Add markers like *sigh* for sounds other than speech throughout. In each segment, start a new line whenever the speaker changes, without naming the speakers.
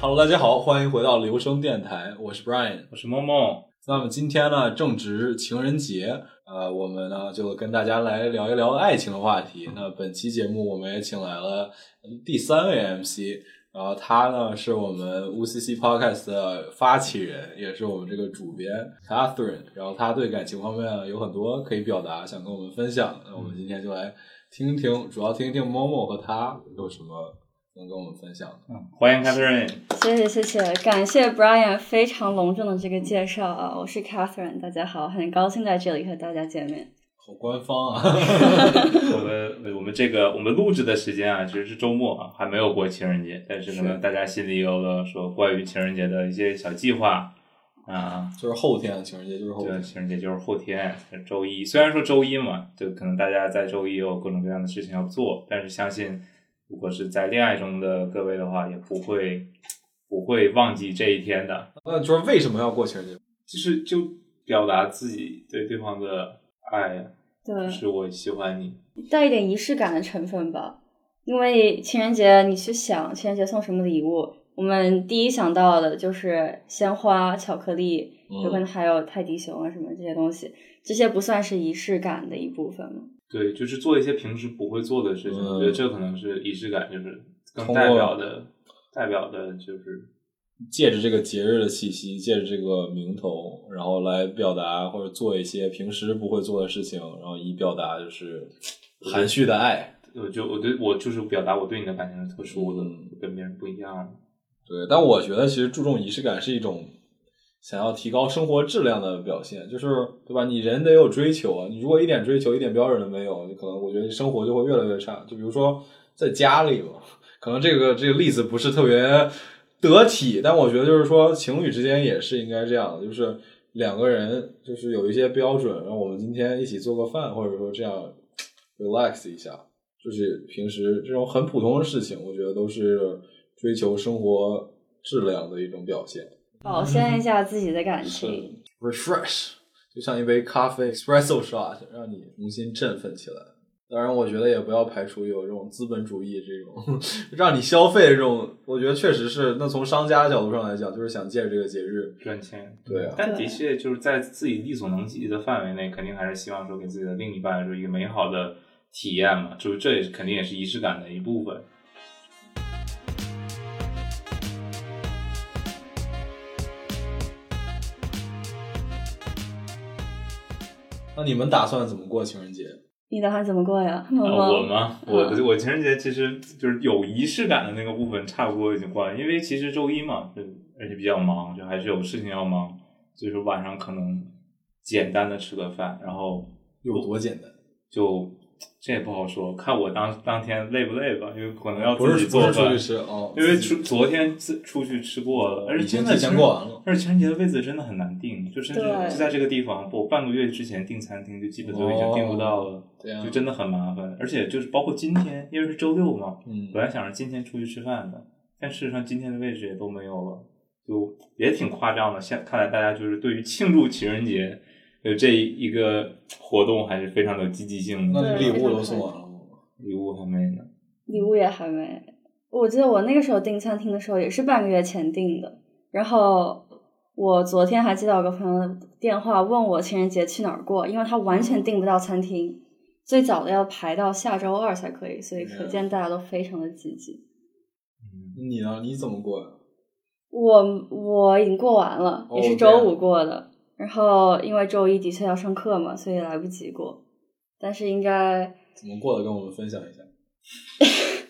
Hello，大家好，欢迎回到留声电台，我是 Brian。
我是梦梦，
那么今天呢，正值情人节，呃，我们呢就跟大家来聊一聊爱情的话题。那本期节目我们也请来了呃第三位 MC，然后他呢是我们 UCC Podcast 的发起人，也是我们这个主编 Catherine。然后他对感情方面呢有很多可以表达，想跟我们分享。那我们今天就来听听，主要听听 Momo 和他有什么能跟我们分享的。
欢迎 Catherine。
谢谢谢谢，感谢 Brian 非常隆重的这个介绍啊！我是 Catherine，大家好，很高兴在这里和大家见面。
好官方啊！
我们我们这个我们录制的时间啊，其实是周末啊，还没有过情人节，但是可能
是
大家心里有了说关于情人节的一些小计划啊。
就是后天情人节，就是后
对，
天。
情人节就是后天，周一。虽然说周一嘛，就可能大家在周一有各种各样的事情要做，但是相信如果是在恋爱中的各位的话，也不会不会忘记这一天的。
那就是为什么要过情人节？
就是就表达自己对对方的爱呀，就
对，
是我喜欢你。
带一点仪式感的成分吧，因为情人节你去想情人节送什么礼物，我们第一想到的就是鲜花、巧克力，
嗯
有可能还有泰迪熊啊什么这些东西，这些不算是仪式感的一部分吗？
对，就是做一些平时不会做的事情，
嗯
我觉得这可能是仪式感，就是更
通过
代表的，代表的就是
借着这个节日的气息，借着这个名头，然后来表达或者做一些平时不会做的事情，然后以表达就是含蓄的爱。
我呃就我对我就是表达我对你的感情是特殊的，
嗯
跟别人不一样。
对，但我觉得其实注重仪式感是一种想要提高生活质量的表现，就是对吧？你人得有追求啊，你如果一点追求、一点标准都没有，你可能我觉得生活就会越来越差。就比如说在家里嘛，可能这个这个例子不是特别得体，但我觉得就是说情侣之间也是应该这样的，就是两个人就是有一些标准，然后我们今天一起做个饭，或者说这样 relax 一下，就是平时这种很普通的事情，我觉得都是追求生活质量的一种表现。
嗯
保鲜一下自己的感
是
情。
refresh，就像一杯咖啡 espresso shot，让你重新振奋起来。当然，我觉得也不要排除有这种资本主义这种 *laughs* 让你消费的这种，我觉得确实是。那从商家的角度上来讲，就是想借着这个节日，
赚钱，
对啊
但
对
的确就是在自己力所能及的范围内，肯定还是希望说给自己的另一半就是一个美好的体验嘛，就是这也是肯定也是仪式感的一部分。
那你们打算怎么过情人节？
你打算怎么过呀？萌
啊，我
萌，
吗？我的我情人节其实就是有仪式感的那个部分，差不多已经过了。因为其实周一嘛，就而且比较忙，就还是有事情要忙，所以说晚上可能简单的吃个饭，然后
有多简单？
就这也不好说，看我当当天累不累吧，因为可能要
不
自己
是不
做
是出
饭
去。吃哦，
因为
自己
出昨天自出去吃过了，而且
已经
真的
提前过完了。
而且情人节的位置真的很难定，就甚至
对
就在这个地方，我半个月之前订餐厅就基本都已经订不到了，
哦这样
就真的很麻烦。而且就是包括今天，因为是周六嘛，
嗯，
本来想着今天出去吃饭的，但事实上今天的位置也都没有了，就也挺夸张的。现看来大家就是对于庆祝情人节，呃这一个活动还是非常有积极性的。
那
对
礼物都送完了吗，
礼物还没呢，
礼物也还没。我记得我那个时候订餐厅的时候也是半个月前订的，然后我昨天还接到我个朋友的电话，问我情人节去哪儿过，因为他完全订不到餐厅，最早的要排到下周二才可以，所以可见大家都非常的积极。
嗯，
你呢？你怎么过呀？
我我已经过完了，
哦
也是周五过的，然后因为周一的确要上课嘛，所以来不及过，但是应该
怎么过的？跟我们分享一下。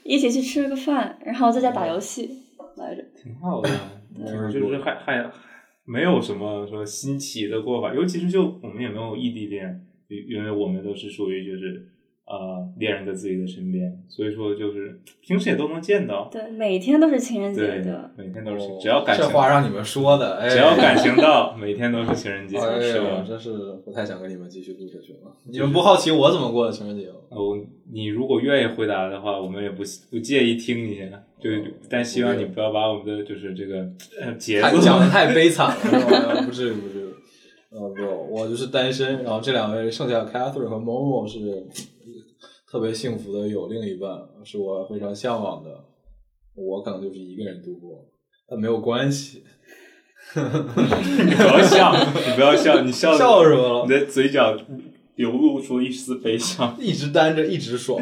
一起去吃了个饭，然后在家打游戏来着。
挺好的， *laughs*
嗯
就是还还没有什么说新奇的过法，尤其是就我们也没有异地恋，因因为我们都是属于就是呃恋人在自己的身边，所以说就是平时也都能见到，
对，每天都是情人节
对
的，，
每天哦都是情，只要感情
这，话让你们说的，哎，
只要
*laughs*
感情到，每天都是情人节，
哎
是
呀，
吧？
真是不太想跟你们继续录下去了。你们不好奇我怎么过的情人节吗？
哦，你如果愿意回答的话，我们也不不介意听一下，就但希望你不要把我们的就是这个呃节
太
奏
讲的太悲惨了是吧，哎不至于不至于。呃，不，我就是单身，然后这两位剩下 Catherine 和 Momo 是特别幸福的，有另一半，是我非常向往的。我可能就是一个人度过，但没有关系。
你不要笑，你不要笑，你笑
笑什么了
你的嘴角流露出一丝悲伤。
一直单着，一直爽。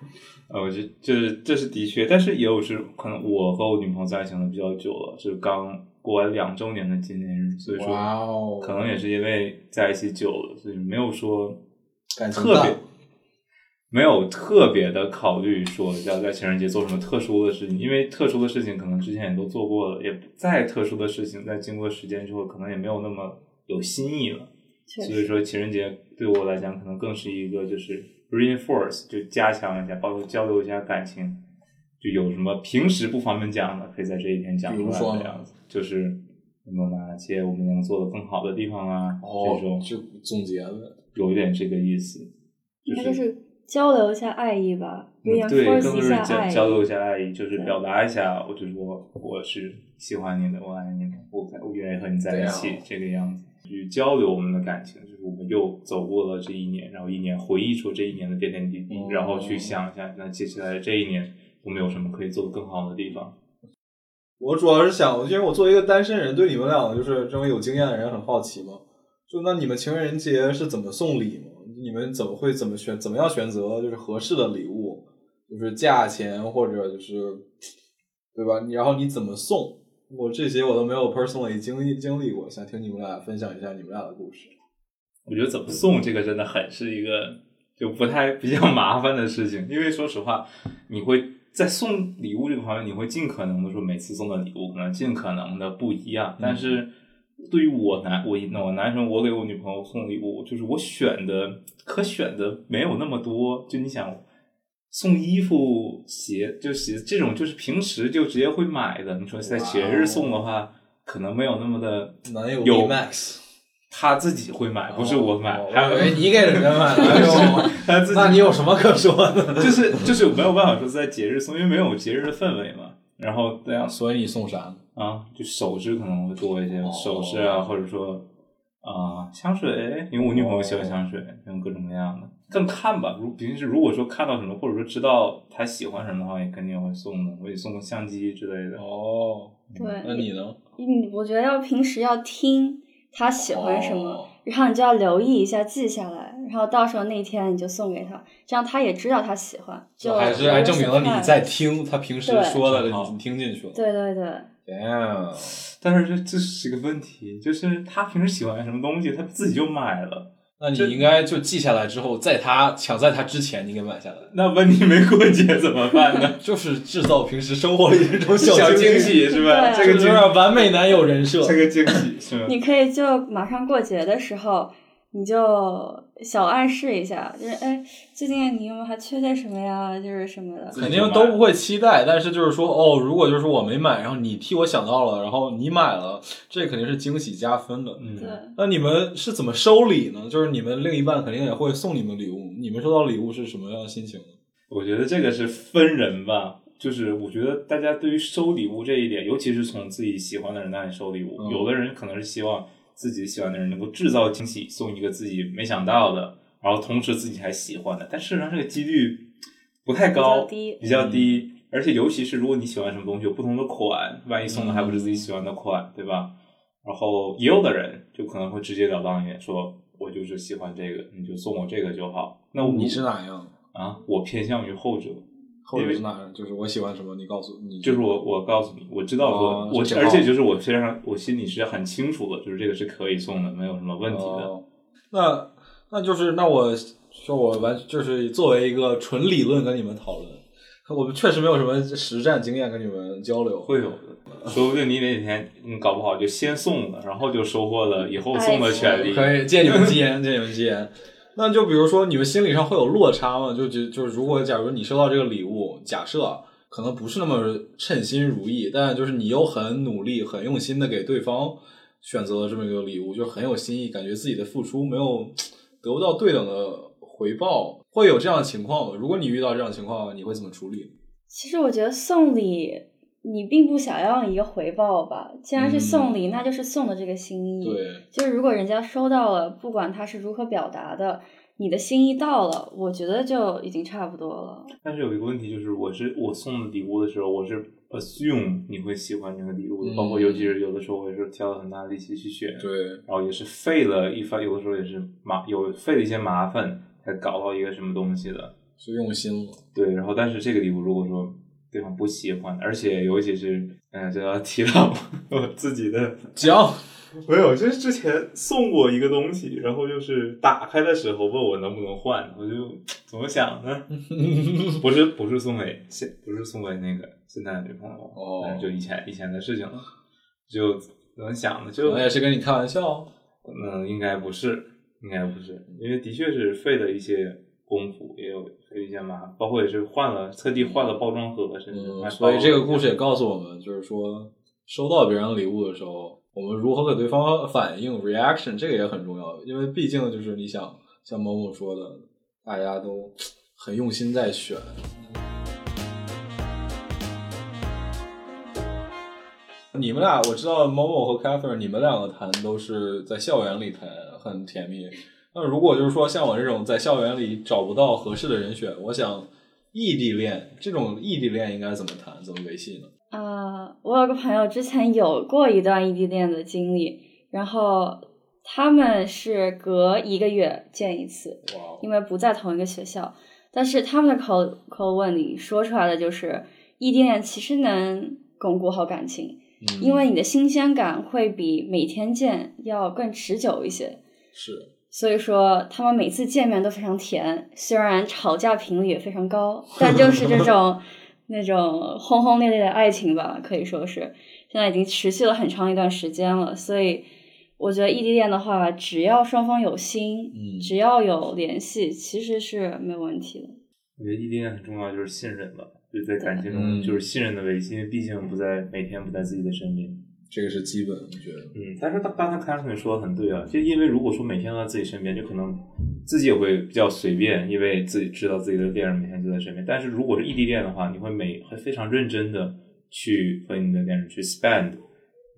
*laughs* 呃，我觉得这是这是的确，但是也有是可能我和我女朋友在一起的比较久了，就是刚过完两周年的纪念日，所以说
哇哦，
可能也是因为在一起久了，所以没有说
感情
特
大
别没有特别的考虑说要在情人节做什么特殊的事情，因为特殊的事情可能之前也都做过了，也不再特殊的事情，在经过时间之后，可能也没有那么有新意了。
确
所以
实，
说情人节对我来讲，可能更是一个就是 reinforce，就加强一下，包括交流一下感情，就有什么平时不方便讲的，可以在这一天讲
比
出
如说
来
呢
的样子，就是有哪些我们能做的更好的地方啊，
哦
这种，
就总结了。
有一点这个意思，
应该就是交流一下爱意吧
嗯对，更
，reinforce
多
一
是
下
交
爱意。
交流一下爱意，就是
对
表达一下，我就是我我是喜欢你的，我爱你的，我在我愿意和你在一
对
起
啊，
这个样子去交流我们的感情，就是我们又走过了这一年，然后一年回忆出这一年的点点滴滴，
嗯
然后去想一下，那接下来这一年我们有什么可以做得更好的地方？
我主要是想，因为我作为一个单身人，对你们两个就是这种有经验的人很好奇嘛。就那你们情人节是怎么送礼吗？你们怎么会怎么选，怎么样选择就是合适的礼物，就是价钱或者就是对吧？你然后你怎么送？我这些我都没有 personally 经历经历过，想听你们俩分享一下你们俩的故事。
我觉得怎么送这个真的很是一个就不太比较麻烦的事情，因为说实话，你会在送礼物这个方面，你会尽可能的说每次送的礼物可能尽可能的不一样，但
嗯
是对于我男我一我男生，我给我女朋友送礼物，就是我选的可选的没有那么多，就你想。送衣服、鞋，就鞋这种，就是平时就直接会买的。你说在节
哇哦
日送的话，可能没有那么的
男友 B
有
Max，
他自己会买，不是我买，
哦
还
我
有
以为
*laughs*
你给人家买了，哎呦
他 *laughs* 自己
那你有什么可说的？
*laughs* 就是就是没有办法说在节日送，因为没有节日的氛围嘛。然后这样
所以你送啥？
啊，就首饰可能会多一些，
哦
首饰啊，或者说啊、香水，因为我女朋友喜欢香水，用各种各样的。更看吧，如平时如果说看到什么，或者说知道她喜欢什么的话，也肯定会送的。我也送个相机之类的。
哦，
对，
那你呢？
嗯，我觉得要平时要听他喜欢什么，
哦
然后你就要留意一下，记下来，然后到时候那天你就送给他，这样他也知道他喜欢，就
哦还是还证明了
不会
你
想
在听他平时
对
说的，
好
你你听进去了
太。对对对，
Damn，
但是这这是个问题，就是她平时喜欢什么东西，她自己就买了。
那你应该就记下来之后，在他抢在他之前，你给买下来，
那问题没过节怎么办 *laughs* 呢？
就是制造平时生活里这种惊
惊，喜是吧？
对
这个
就
惊
是完美男友人设。
这个惊喜是吧？
你可以就马上过节的时候，你就小暗示一下，就是哎，最近你有没有还缺点什么呀？就是什么的，
肯定都不会期待，但是就是说，哦，如果就是我没买，然后你替我想到了，然后你买了，这肯定是惊喜加分的。
嗯
对。
那你们是怎么收礼呢？就是你们另一半肯定也会送你们礼物，你们收到礼物是什么样的心情呢？
我觉得这个是分人吧，就是我觉得大家对于收礼物这一点，尤其是从自己喜欢的人那里收礼物，
嗯
有的人可能是希望自己喜欢的人能够制造惊喜，送一个自己没想到的，然后同时自己还喜欢的，但事实上这个几率不太高，
比较低
比较
嗯
低而且尤其是如果你喜欢什么东西，有不同的款，万一送的还不是自己喜欢的款，
嗯
对吧？然后也有的人就可能会直截了当一点说，我就是喜欢这个，你就送我这个就好。那我
你是哪样？
啊，我偏向于后者，
或者是哪样？就是我喜欢什么，你告诉你。
就是我我告诉你，我知道说，
嗯哦
我
这挺好
而且就是我非常我心里是很清楚的，就是这个是可以送的，没有什么问题的。
哦那那就是那我说我完就是作为一个纯理论跟你们讨论，我们确实没有什么实战经验跟你们交流。
会有的，说不定你哪天嗯搞不好就先送了，然后就收获了以后送的权利。
哎可以借你们吉言，借你们吉言。那就比如说你们心理上会有落差吗？就就就是如果假如你收到这个礼物，假设可能不是那么称心如意，但就是你又很努力、很用心的给对方选择了这么一个礼物，就很有心意，感觉自己的付出没有得不到对等的回报，会有这样的情况吗？如果你遇到这样的情况，你会怎么处理？
其实我觉得送礼你并不想要一个回报吧？既然是送礼，那就是送的这个心意。
对，
就是如果人家收到了，不管他是如何表达的，你的心意到了，我觉得就已经差不多了。
但是有一个问题就是，我是我送的礼物的时候，我是 assume 你会喜欢这个礼物的，
嗯
包括尤其是有的时候，我也是挑了很大的力气去选，
对，
然后也是费了一番，有的时候也是麻有费了一些麻烦才搞到一个什么东西的。
就用心了。
对，然后但是这个礼物如果说对方不喜欢，而且尤其是，嗯、这要提到我自己的
讲，
*laughs* 没有，就是之前送过一个东西，然后就是打开的时候问我能不能换，我就怎么想呢？ *laughs* 不是不是送给现不是送给那个现在的女朋友，
哦
但是就以前以前的事情了，就怎么想的
可
就
能也是跟你开玩笑。
嗯，应该不是，应该不是，因为的确是费了一些功夫，也有费了一些麻烦，包括也是换了特地换了包装盒，甚至
嗯，
还
所以
包
这
了
个故事也告诉我们，就是说，收到别人的礼物的时候，我们如何给对方反应 reaction，这个也很重要，因为毕竟就是你想，像某某说的，大家都很用心在选。你们俩，我知道某某和 Catherine，你们两个谈都是在校园里谈，很甜蜜。那如果就是说像我这种在校园里找不到合适的人选，我想异地恋这种异地恋应该怎么谈，怎么维系呢？
啊、我有个朋友之前有过一段异地恋的经历，然后他们是隔一个月见一次，
哇哦，
因为不在同一个学校，但是他们的口口吻里说出来的就是异地恋其实能巩固好感情，
嗯
因为你的新鲜感会比每天见要更持久一些。
是
所以说，他们每次见面都非常甜，虽然吵架频率也非
*laughs*
常高，但就是这种那种轰轰烈烈的爱情吧，可以说是现在已经持续了很长一段时间了。所以，我觉得异地恋的话，只要双方有心，
嗯
只要有联系，其实是没有问题的。
我觉得异地恋很重要，就是信任吧，就在感情
嗯
中就是信任的维系，因为毕竟不在每天不在自己的身边。
这个是基本，我觉得
嗯，但是他刚才凯特说的很对啊，就因为如果说每天都在自己身边，就可能自己也会比较随便，因为自己知道自己的恋人每天就在身边。但是如果是异地恋的话，你会每会非常认真的去和你的恋人去 spend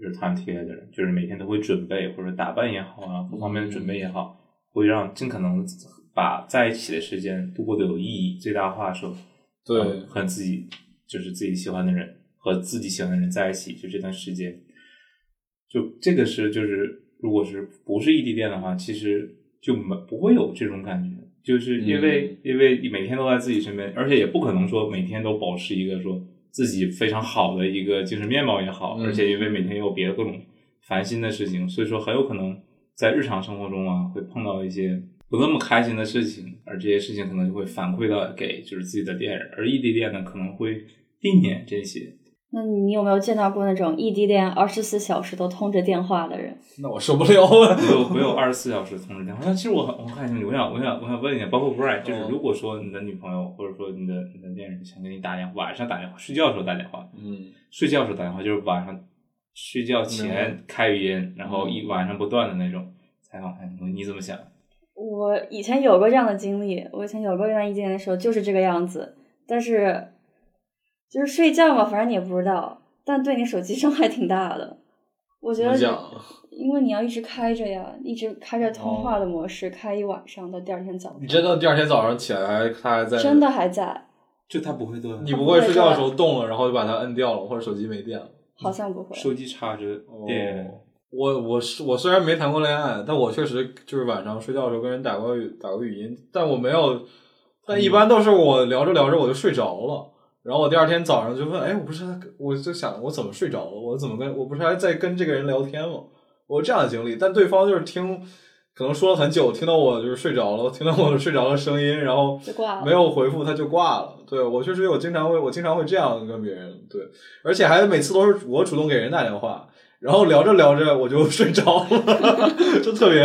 your time together，就是每天都会准备或者打扮也好啊，各方面的准备也好，会让尽可能把在一起的时间度过的有意义，最大化说
对
嗯和自己就是自己喜欢的人和自己喜欢的人在一起，就这段时间，就这个是就是如果是不是异地恋的话，其实就没不会有这种感觉，就是因为、
嗯
因为你每天都在自己身边，而且也不可能说每天都保持一个说自己非常好的一个精神面貌也好，
嗯
而且因为每天也有别的各种烦心的事情，所以说很有可能在日常生活中啊会碰到一些不那么开心的事情，而这些事情可能就会反馈到给就是自己的恋人，而异地恋呢可能会避免这些。
那你有没有见到过那种异地恋二十四小时都通着电话的人？
那我受不了 *laughs* 了。
没有没有二十四小时通知电话。但其实我很我很我想我想我想问一下，包括 Brian，就是
嗯
如果说你的女朋友或者说你的你的恋人想给你打电话，晚上打电话，睡觉的时候打电话，
嗯，
睡觉的时候打电话就是晚上睡觉前开语音，然后一晚上不断的那种采访，看你怎么想？
我以前有过这样的经历，我以前有过这样意见的时候就是这个样子，但是就是睡觉嘛，反正你也不知道，但对你手机伤害挺大的。我觉
怎
得
么
是，
讲？啊
因为你要一直开着呀，一直开着通话的模式，开一晚上到第二天早上，
哦你真的第二天早上起来，他还在
真的，还在，
就他不会断，
你不会睡觉的时候动了，然后就把它摁掉了，或者手机没电了。
好像不会。
手机插着电，
哦，我我是我虽然没谈过恋爱，但我确实就是晚上睡觉的时候跟人打过语打过语音，但我没有，但一般都是我聊着聊着我就睡着了，然后我第二天早上就问，哎，我不是还我就想我怎么睡着了？我怎么跟我不是还在跟这个人聊天吗？我有这样的经历，但对方就是听。可能说了很久，听到我就是睡着了，听到我睡着的声音，然后
就挂了
没有回复，他就挂了。对我确实有经常会，我经常会这样跟别人，对，而且还每次都是我主动给人打电话，然后聊着聊着我就睡着了， *laughs* 就特别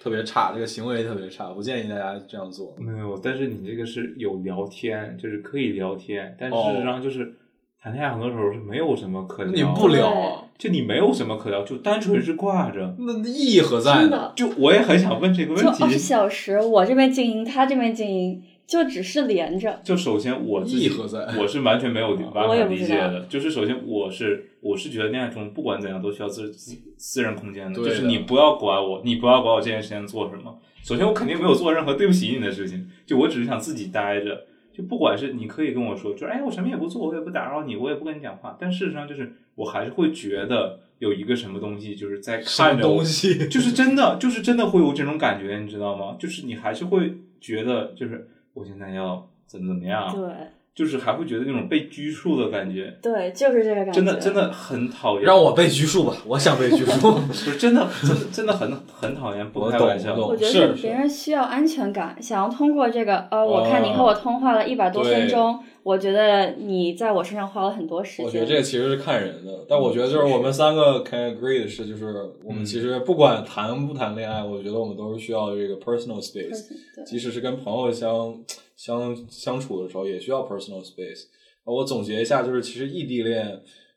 特别差，这个行为特别差，不建议大家这样做。
没有，但是你这个是有聊天，就是可以聊天，但是
哦
事实上就是、谈恋爱很多时候是没有什么可
那
聊
你
的，
不聊啊，
就你没有什么可聊，就单纯是挂着。
那那意义何在呢？
真的，
就我也很想问这个
哦
就
问
二十
题，
小时，我这边静音，他这边静音，就只是连着，
就首先我自
意义
己
何在
*laughs*
啊
我是完全没有办
我
法
也不
理
知
解
道
的。就是首先我是我是觉得恋爱中不管怎样都需要自自私人空间的，
对
就
的
是你不要管我，你不要管我这段时间做什么。首先我肯定没有做任何对不起你的事情，就我只是想自己待着。就不管是你可以跟我说，就是哎我什么也不做，我也不打扰你，我也不跟你讲话，但事实上就是我还是会觉得有一个什么东西就是在
什
看
么
着我
东。西？
就是真的，就是真的会有这种感觉，你知道吗？就是你还是会觉得，就是我现在要怎么怎么
啊
样，
对
就是还会觉得那种被拘束的感觉，
对，就是这个感觉，
真的真的很讨厌。
让我被拘束吧，我想被拘 *laughs* 束。
不是真的真的真的很很讨厌，不
我
开
懂
玩笑
我。懂
我觉得
哦是
是
是
别人需要安全感，想要通过这个，呃，我看你和
哦
我通话了一百多分钟，我觉得你在我身上花了很多时间。
我觉得这个其实是看人的，但我觉得就是我们三个 can agree 的是，就是我们其实不管谈不谈恋爱，我觉得我们都是需要这个 personal space，
对
即使是跟朋友相相相处的时候，也需要 personal space。我呃总结一下，就是其实异地恋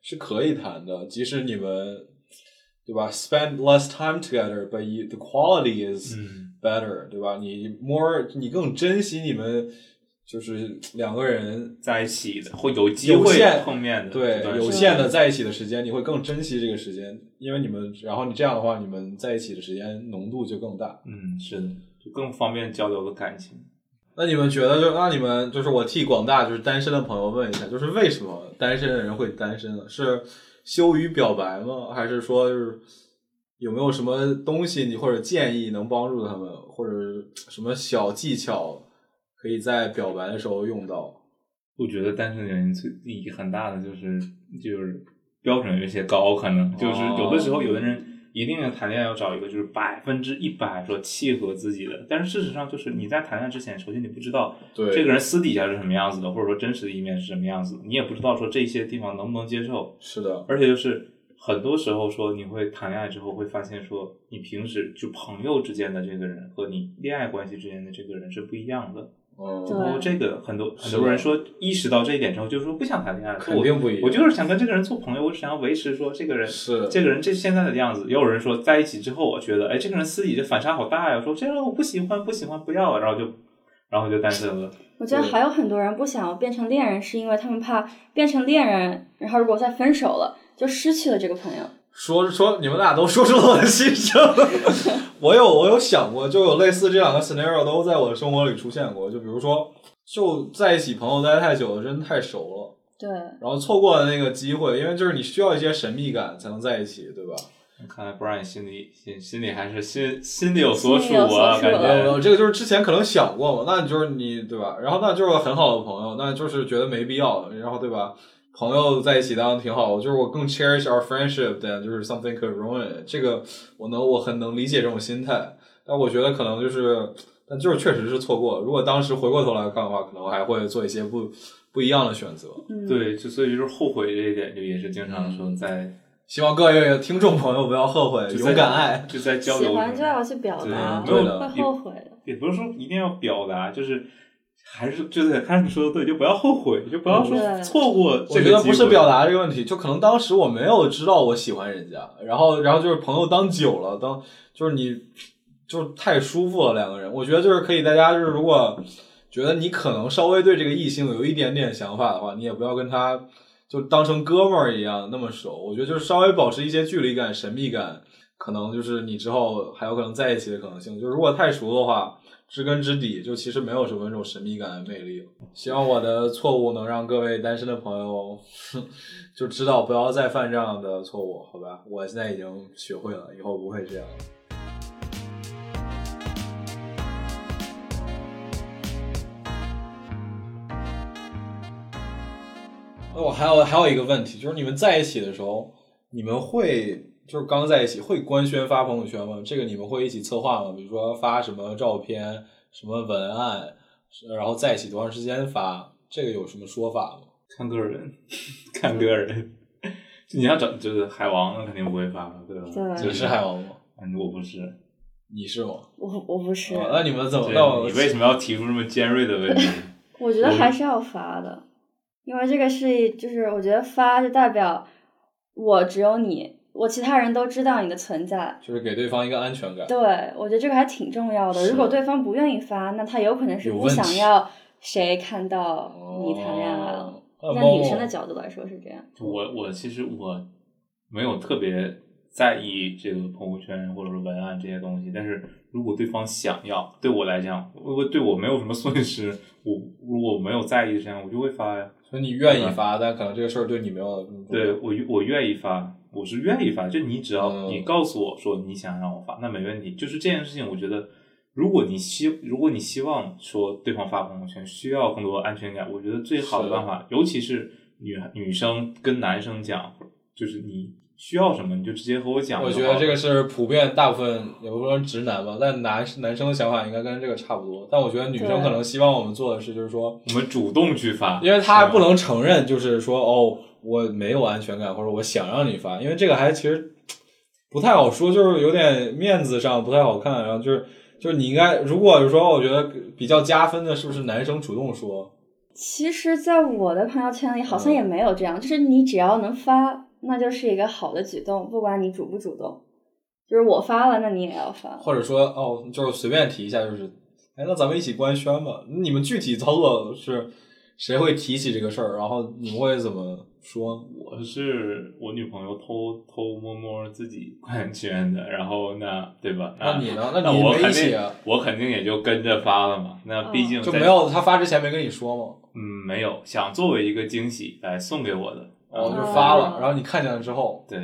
是可以谈的，即使你们对吧，spend less time together，but you, the quality is、
嗯，
better，对吧？你 more，你更珍惜你们就是两个人
在一起的会有机
有
会
限
碰面的，
对
段
有
时
限
间
的在一起的时间，你会更珍惜这个时间，因为你们，然后你这样的话，你们在一起的时间浓度就更大。
嗯，是的，就更方便交流的感情。
那你们觉得就，那你们就是我替广大就是单身的朋友问一下，就是为什么单身的人会单身呢？是羞于表白吗？还是说就是有没有什么东西你或者建议能帮助他们，或者是什么小技巧可以在表白的时候用到？
我觉得单身的原因最意义很大的就是就是标准有一些高，可能就是有的时候有的人一定要谈恋爱要找一个就是百分之一百说契合自己的，但是事实上就是你在谈恋爱之前，首先你不知道
对
这个人私底下是什么样子的，或者说真实的一面是什么样子的，你也不知道说这些地方能不能接受，
是的，
而且就是很多时候说你会谈恋爱之后会发现说你平时就朋友之间的这个人和你恋爱关系之间的这个人是不一样的。
嗯，
对
然后这个很多很
是
多
的
人说意识到这一点之后，就说不想谈恋爱了，
肯
我
定不一样
我就是想跟这个人做朋友，我只想要维持说这个人
是
这个人这现在的样子。也有人说在一起之后，我觉得哎，这个人私底下反差好大呀，说这个人我不喜欢，不喜欢，不要啊，然后就然后就单身了。
我觉得还有很多人不想要变成恋人，是因为他们怕变成恋人，然后如果再分手了，就失去了这个朋友。
说说你们俩都说出了我的心声。 *laughs* 我有我有想过，就有类似这两个 scenario 都在我的生活里出现过。就比如说，就在一起朋友待太久了，真太熟了，
对，
然后错过了那个机会，因为就是你需要一些神秘感才能在一起，对吧？
看来 Brian 心里心心里还是心心里有所属
心里有所
啊，
属
感
没有没
觉
有，呃这个就是之前可能想过嘛，那你就是你对吧？然后那就是很好的朋友，那就是觉得没必要，然后对吧？朋友在一起当然挺好，就是我更 cherish our friendship than 就是 something could ruin it。这个我能我很能理解这种心态，但我觉得可能就是，但就是确实是错过。如果当时回过头来看的话，可能我还会做一些不不一样的选择。
嗯，
对，就所以就是后悔这一点，就也是经常说
嗯
在
希望各位听众朋友不要后悔，
就在
勇敢爱。
就在交
喜
流
欢
中
就要去表达，
对
会
的
后悔的。
也不是说一定要表达，就是还是就是看你说的对，就不要后悔，就不要说
对
错过这
我
个
觉
机会。
得不是表达这个问题，就可能当时我没有知道我喜欢人家，然后然后就是朋友当久了，当就是你就是太舒服了两个人。我觉得就是可以，大家就是如果觉得你可能稍微对这个异性有一点点想法的话，你也不要跟他就当成哥们儿一样那么熟。我觉得就是稍微保持一些距离感、神秘感，可能就是你之后还有可能在一起的可能性。就如果太熟的话。知根知底，就其实没有什么那种神秘感的魅力了。希望我的错误能让各位单身的朋友 *laughs* 就知道不要再犯这样的错误，好吧？我现在已经学会了，以后不会这样了。那哦我还有还有一个问题，就是你们在一起的时候，你们会就是刚在一起会官宣发朋友圈吗？这个你们会一起策划吗？比如说发什么照片、什么文案，然后在一起多长时间发，这个有什么说法吗？
看个人，看个人。就你要找就是海王，那肯定不会发了，对吧？
对
就
你是海，王吗？
嗯，我不是。
你是吗？
我我不是，
哦那你们怎么？
对
那我
你为什么要提出这么尖锐的问题？
我觉得还是要发的，因为这个是一就是我觉得发就代表我只有你，我其他人都知道你的存在。
就是给对方一个安全 *laughs* 感。
对，我觉得这个还挺重要的。
是
如果对方不愿意发，那他有可能是
有
不
问
想
题
要谁看到你谈恋爱了。
哦那
那
猫
女生
猫
的角度来说是这样，
我我其实我没有特别在意这个朋友圈或者是文案这些东西，但是如果对方想要，对我来讲，我我对我没有什么损失，我如果没有在意这样，我就会发呀。
所以你愿意发，但可能这个事儿对你没有那么重要
对我我愿意发，我是愿意发，就你只要
嗯
你告诉我说你想让我发，那没问题。就是这件事情，我觉得。如果你希如果你希望说对方发朋友圈需要更多安全感，我觉得最好的
是
办法，尤其是女女生跟男生讲，就是你需要什么你就直接和我讲就
我
好
觉
了。
得这个是普遍大部分，也不说直男吧，但男男生的想法应该跟这个差不多。但我觉得女
对
生可能希望我们做的是，就是说，
我们主动去 *laughs* 发，
因为她
嗯
不能承认，就是说，哦，我没有安全感，或者我想让你发，因为这个还其实不太好说，就是有点面子上不太好看。然后就是，就是你应该，如果是说，我觉得比较加分的，是不是男生主动说？
其实，在我的朋友圈里好像
嗯
也没有这样，就是你只要能发，那就是一个好的举动，不管你主不主动。就是我发了，那你也要发。
或者说哦，就是随便提一下，就是，哎，那咱们一起官宣吧。你们具体操作是谁会提起这个事儿，然后你们会怎么说？
我是我女朋友偷偷摸摸自己 *laughs* 官宣的，然后那对吧？
那你呢？
啊那
你
我
没
肯
一起
定
啊，
我肯定也就跟着发了嘛。那毕竟
就
在
没有他发之前没跟你说吗？
嗯没有想作为一个惊喜来送给我的，嗯
然后就
哦
发了，然后你看见了之后，
对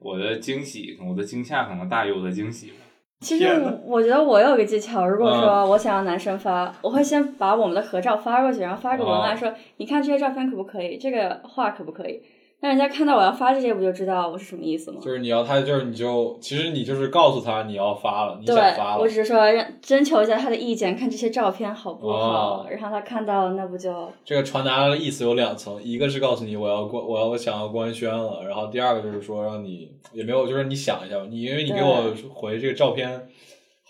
我的惊喜，我的惊吓可能大于我的惊喜吧。
其实
天呐
我觉得我有一个技巧，如果说
嗯
我想要男生发，我会先把我们的合照发过去，然后发个
哦
文案说：“你看这些照片可不可以？这个话可不可以？”那人家看到我要发这些，不就知道我是什么意思吗？
就是你要他就是你就其实你就是告诉他你要发了，你想
对
发，了
我只，是说让征求一下他的意见，看这些照片好不好，
哦
然后他看到了那不就
这个传达的意思有两层，一个是告诉你我要官我要我想要官宣了，然后第二个就是说让你也没有就是你想一下吧，你因为你给我回这个照片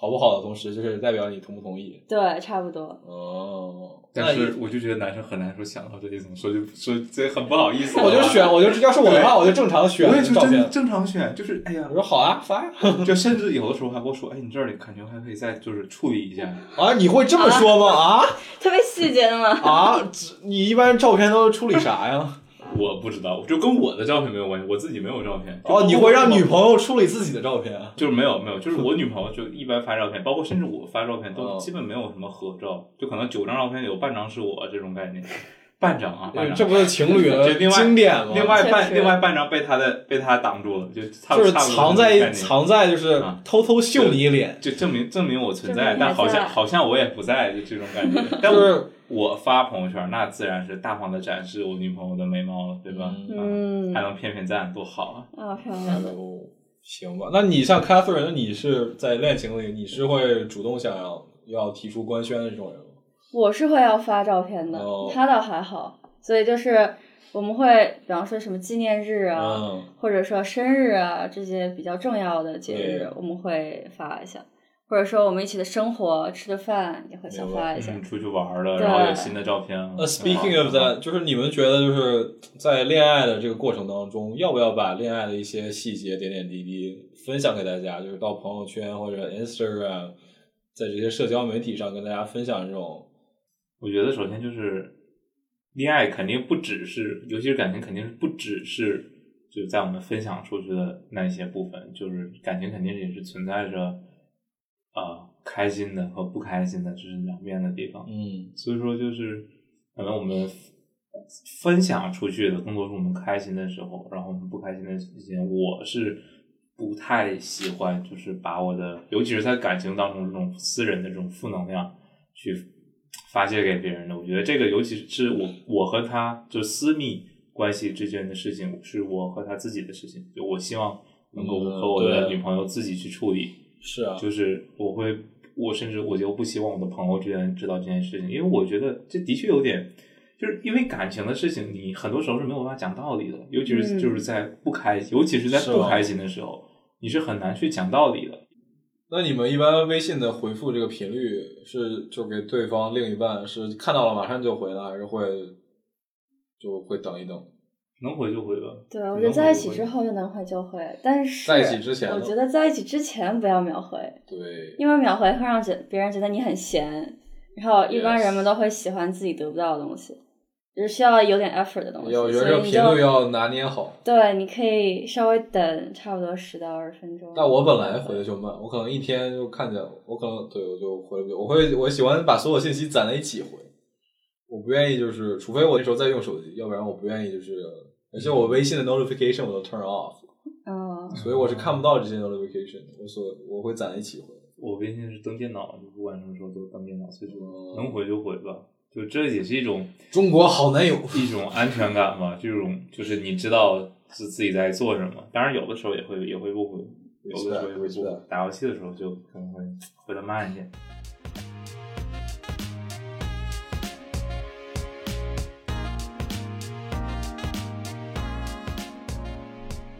好不好的同时，就是代表你同不同意。
对，差不多。
哦，
但是
那
我就觉得男生很难说想到这一层，说就说这很不好意思。
你我就选，我就要是我的话，我就正常选
我也就
照片
正。正常选，就是哎呀
我，说好啊，发呀！
就甚至有的时候还跟我说，哎，你这里感觉还可以再就是处理一下。
啊，你会这么说吗？
特别细节的嘛。 *laughs*
啊啊，只你一般照片都处理啥呀？
我不知道，就跟我的照片没有关系，我自己没有照片。
哦，你会让女朋友处理自己的照片？啊
就是没有没有，就是我女朋友就一般发照片，包括甚至我发照片都
哦
基本没有什么合照，就可能九张照片有半张是我这种概念，半张啊，半张。
这不是情侣
这
的
另外
经典吗？
另外
确
半
实
另外半张被他的被他挡住了，就差
就是
差不多
藏
这种概
在
念
藏在就是
啊
偷偷秀你一脸，
就证明证明我存
证
在，
明
但
还
好
在
像好像我也不在，就这种感
*laughs*
觉。但
就是
我发朋友圈，那自然是大方的展示我女朋友的美貌了，对吧？啊
嗯，
还
啊、
能骗骗赞，多好啊！
哦漂亮的。
嗯行吧？那你像 Catherine，那你是在恋情里，你是会主动想要要提出官宣的这种人吗？
我是会要发照片的，
哦
他倒还好。所以就是我们会，比方说什么纪念日啊，
嗯，
或者说生日啊这些比较重要的节日
对，
我们会发一下。或者说我们一起的生活、吃的饭也会想
明白
发一下
嗯，。出去玩了，
对
然后有新的照片了。
那呃 Uh, Speaking
很好啊
of that，就是你们觉得就是在恋爱的这个过程当中，要不要把恋爱的一些细节、点点滴滴分享给大家？就是到朋友圈或者 Instagram，在这些社交媒体上跟大家分享这种
我觉得首先就是恋爱肯定不只是，尤其是感情肯定是不只是就在我们分享出去的那一些部分，就是感情肯定也是存在着呃开心的和不开心的，就是两面的地方。
嗯
所以说就是可能我们分享出去的更多是我们开心的时候，然后我们不开心的事情，我是不太喜欢，就是把我的，尤其是在感情当中这种私人的这种负能量去发泄给别人的。我觉得这个，尤其是我我和他就私密关系之间的事情，是我和他自己的事情，就我希望能够
嗯
和我的
对
女朋友自己去处理。
是啊，
就是我会，我甚至我就不希望我的朋友之间知道这件事情，因为我觉得这的确有点，就是因为感情的事情，你很多时候是没有办法讲道理的，尤其是
嗯
就是在不开，尤其是在
是哦
不
吧
开心的时候，你是很难去讲道理的。
那你们一般微信的回复这个频率是就给对方另一半是看到了马上就回呢，还是会就会等一等？
能回就回吧。
对，啊
能
我
回
觉得
就
在一起
回
之后就能回就回，但是
在一起之前呢
我觉得在一起之前不要秒回，
对，
因为秒回会让觉别人觉得你很闲，然后一般
Yes
人们都会喜欢自己得不到的东西，就是需要有点 effort 的东西，
要
所
觉得
以
频
你
率
就
要拿捏好。
对，你可以稍微等差不多十到二十分钟。
但我本来回的就慢，我可能一天就看见，我可能对我就回我会我喜欢把所有信息攒在一起回，我不愿意就是，除非我那时候在用手机，要不然我不愿意就是，而且我微信的 notification 我都 turn off，
嗯，
所以我是看不到这些 notification，我所我会攒在一起回。
我微信是登电脑，就不管什么时候都登电脑，所以
哦
说能回就回吧。就这也是一种
中国好男友，
一种安全感吧，这种就是你知道是自己在做什么。当然有的时候也会也会不回，有的时候也会
是
不
的
回
是的。
打游戏的时候就可能会回的慢一点。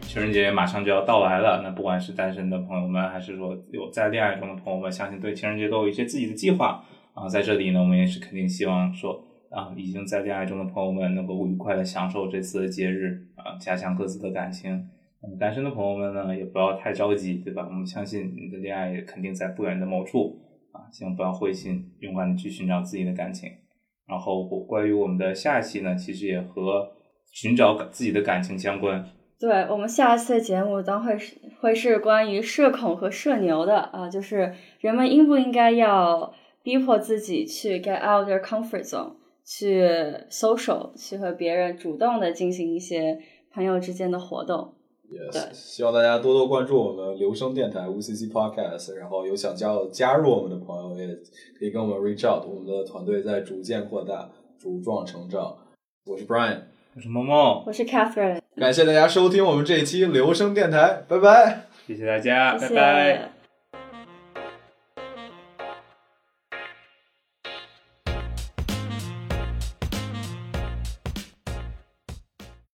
情人节马上就要到来了，那不管是单身的朋友们，还是说有在恋爱中的朋友们，相信对情人节都有一些自己的计划啊。在这里呢，我们也是肯定希望说啊，已经在恋爱中的朋友们能够愉快的享受这次的节日啊，加强各自的感情。嗯，单身的朋友们呢，也不要太着急，对吧？我们相信你的恋爱也肯定在不远的某处啊，希望不要灰心，勇敢的去寻找自己的感情。然后我关于我们的下一期呢，其实也和寻找感自己的感情相关。
对我们下一次的节目将会是会是关于社恐和社牛的啊，就是人们应不应该要逼迫自己去 get out their comfort zone，去 social，去和别人主动的进行一些朋友之间的活动。对
希望大家多多关注我们留声电台 UCC Podcast，然后有想加入加入我们的朋友也可以跟我们 reach out，我们的团队在逐渐扩大，茁壮成长。我是 Brian，
我是萌萌，
我是 Catherine，
感谢大家收听我们这一期留声电台，拜拜。
谢谢大家，
谢谢。
拜拜。